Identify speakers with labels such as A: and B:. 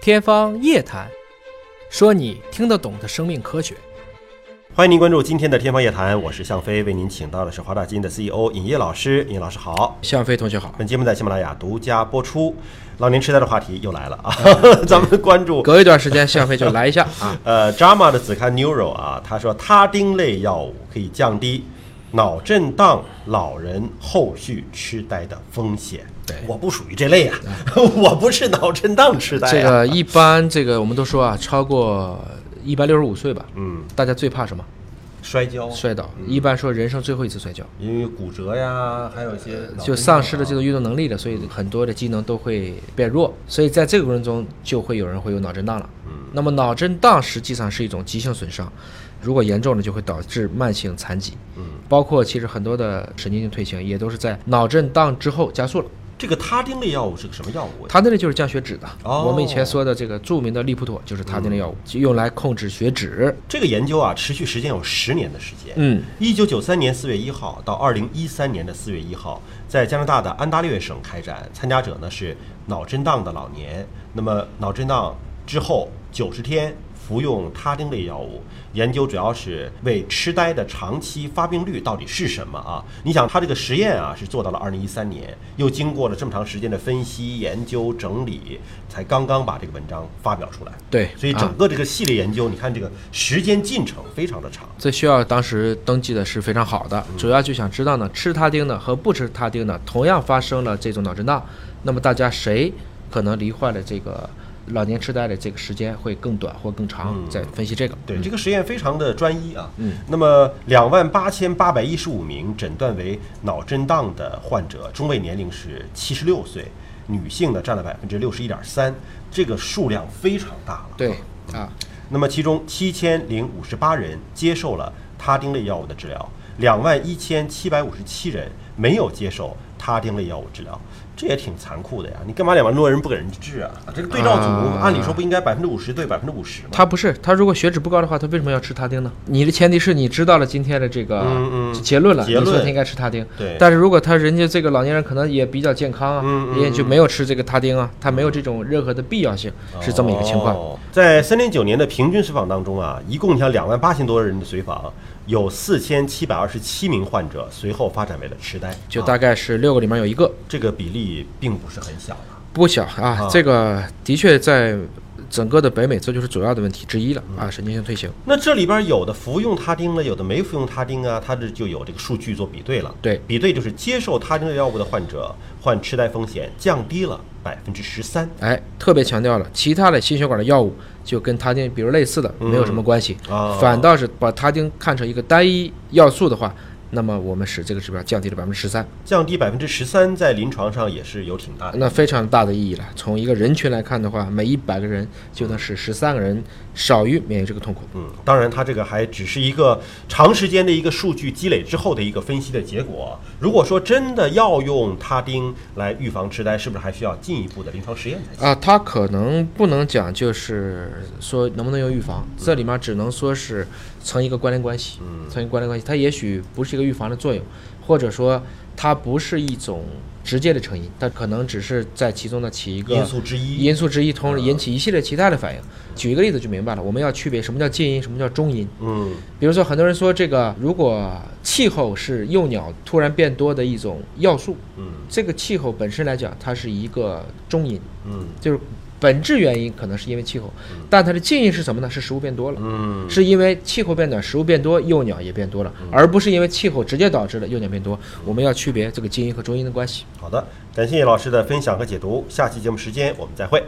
A: 天方夜谭，说你听得懂的生命科学。
B: 欢迎您关注今天的《天方夜谭》，我是向飞，为您请到的是华大基因的 CEO 尹烨老师。尹老师好，
C: 向飞同学好。
B: 本节目在喜马拉雅独家播出。老年痴呆的话题又来了 啊，咱们关注
C: 隔一段时间，向飞就来一下啊。
B: 呃，JAMA 的子刊 Neuro 啊，他说他汀类药物可以降低脑震荡老人后续痴呆的风险。
C: 对
B: 我不属于这类啊， 我不是脑震荡痴呆、啊。
C: 这个一般，这个我们都说啊，超过一百六十五岁吧，
B: 嗯，
C: 大家最怕什么？
B: 摔跤，
C: 摔倒。一般说人生最后一次摔跤，
B: 因为骨折呀，还有一些脑震荡啊
C: 就丧失了这种运动能力了，
B: 嗯
C: 所以很多的机能都会变弱。所以在这个过程中，就会有人会有脑震荡了。
B: 嗯
C: 那么脑震荡实际上是一种急性损伤，如果严重呢，就会导致慢性残疾。
B: 嗯，
C: 包括其实很多的神经性退行也都是在脑震荡之后加速了。
B: 这个他汀类药物是个什么药物啊？
C: 它那里就是降血脂的。
B: 哦嗯
C: 我们以前说的这个著名的利普妥就是它那类药物，就用来控制血脂。
B: 这个研究啊，持续时间有十年的时间。
C: 嗯，
B: 一九九三年四月一号到二零一三年的四月一号，在加拿大的安大略省开展，参加者呢是脑震荡的老年。那么脑震荡之后九十天服用他汀类药物，研究主要是为痴呆的长期发病率到底是什么啊？你想，他这个实验啊是做到了二零一三年，又经过了这么长时间的分析、研究、整理，才刚刚把这个文章发表出来。
C: 对，
B: 所以
C: 啊
B: 整个这个系列研究，你看这个时间进程非常的长。
C: 这需要当时登记的是非常好的，
B: 嗯
C: 主要就想知道呢，吃他汀的和不吃他汀的同样发生了这种脑震荡，那么大家谁可能罹患了这个老年痴呆的这个时间会更短或更长？
B: 嗯
C: 再分析这个。
B: 对，这个实验非常的专一啊。嗯，那么两万八千八百一十五名诊断为脑震荡的患者，中位年龄是七十六岁，女性呢占了百分之六十一点三，这个数量非常大了。
C: 对啊，
B: 那么其中七千零五十八人接受了他汀类药物的治疗，两万一千七百五十七人没有接受他汀类药物治疗，这也挺残酷的呀！你干嘛两万多人不给人治啊？这个对照组、
C: 啊
B: 按理说不应该百分之五十对百分之五十吗？
C: 他不是他，如果血脂不高的话，他为什么要吃他汀呢？你的前提是你知道了今天的这个
B: 嗯嗯嗯
C: 结论了，
B: 结论
C: 你说他应该吃他汀。
B: 对嗯
C: 但是如果他人家这个老年人可能也比较健康啊，人家就没有吃这个他汀啊，他没有这种任何的必要性，是这么一个情况。
B: 哦在三零九年的平均随访当中啊，一共像两万八千多人的随访，有四千七百二十七名患者随后发展为了痴呆，
C: 就
B: 啊
C: 大概是六个里面有一个。
B: 这个比例并不是很小啊。
C: 不小啊，这个的确在整个的北美，这就是主要的问题之一了
B: 嗯
C: 啊，神经性退行。
B: 那这里边有的服用他汀了，有的没服用他汀啊，它这就有这个数据做比对了。
C: 对
B: 比对就是接受他汀类药物的患者患痴呆风险降低了百分之十三。
C: 哎，特别强调了，其他的心血管的药物就跟他汀，比如类似的，没有什么关系，
B: 嗯啊
C: 反倒是把他汀看成一个单一要素的话，那么我们使这个指标降低了百分之十三，
B: 降低百分之十三，在临床上也是有挺大的
C: 那非常大的意义了。从一个人群来看的话，每一百个人就能使十三个人少于免疫这个痛苦。
B: 嗯，当然，它这个还只是一个长时间的一个数据积累之后的一个分析的结果。如果说真的要用他汀来预防痴呆，是不是还需要进一步的临床实验才行？
C: 啊，它可能不能讲，就是说能不能用预防，这里面只能说是成一个关联关系，
B: 嗯
C: 成一个关联关系，它也许不是一个预防的作用，或者说它不是一种直接的成因，它可能只是在其中的起一个
B: 因素之一
C: 呃
B: 嗯
C: 因素之一，同时引起一系列其他的反应。举一个例子就明白了，我们要区别什么叫近因，什么叫中因。
B: 嗯，
C: 比如说，很多人说这个，如果气候是幼鸟突然变多的一种要素，
B: 嗯，
C: 这个气候本身来讲，它是一个中因，
B: 嗯，
C: 就是本质原因可能是因为气候，但它的近因是什么呢？是食物变多了，
B: 嗯，
C: 是因为气候变暖，食物变多，幼鸟也变多了，而不是因为气候直接导致的幼鸟变多。我们要区别这个近因和中因的关系。
B: 好的，感谢老师的分享和解读，下期节目时间我们再会。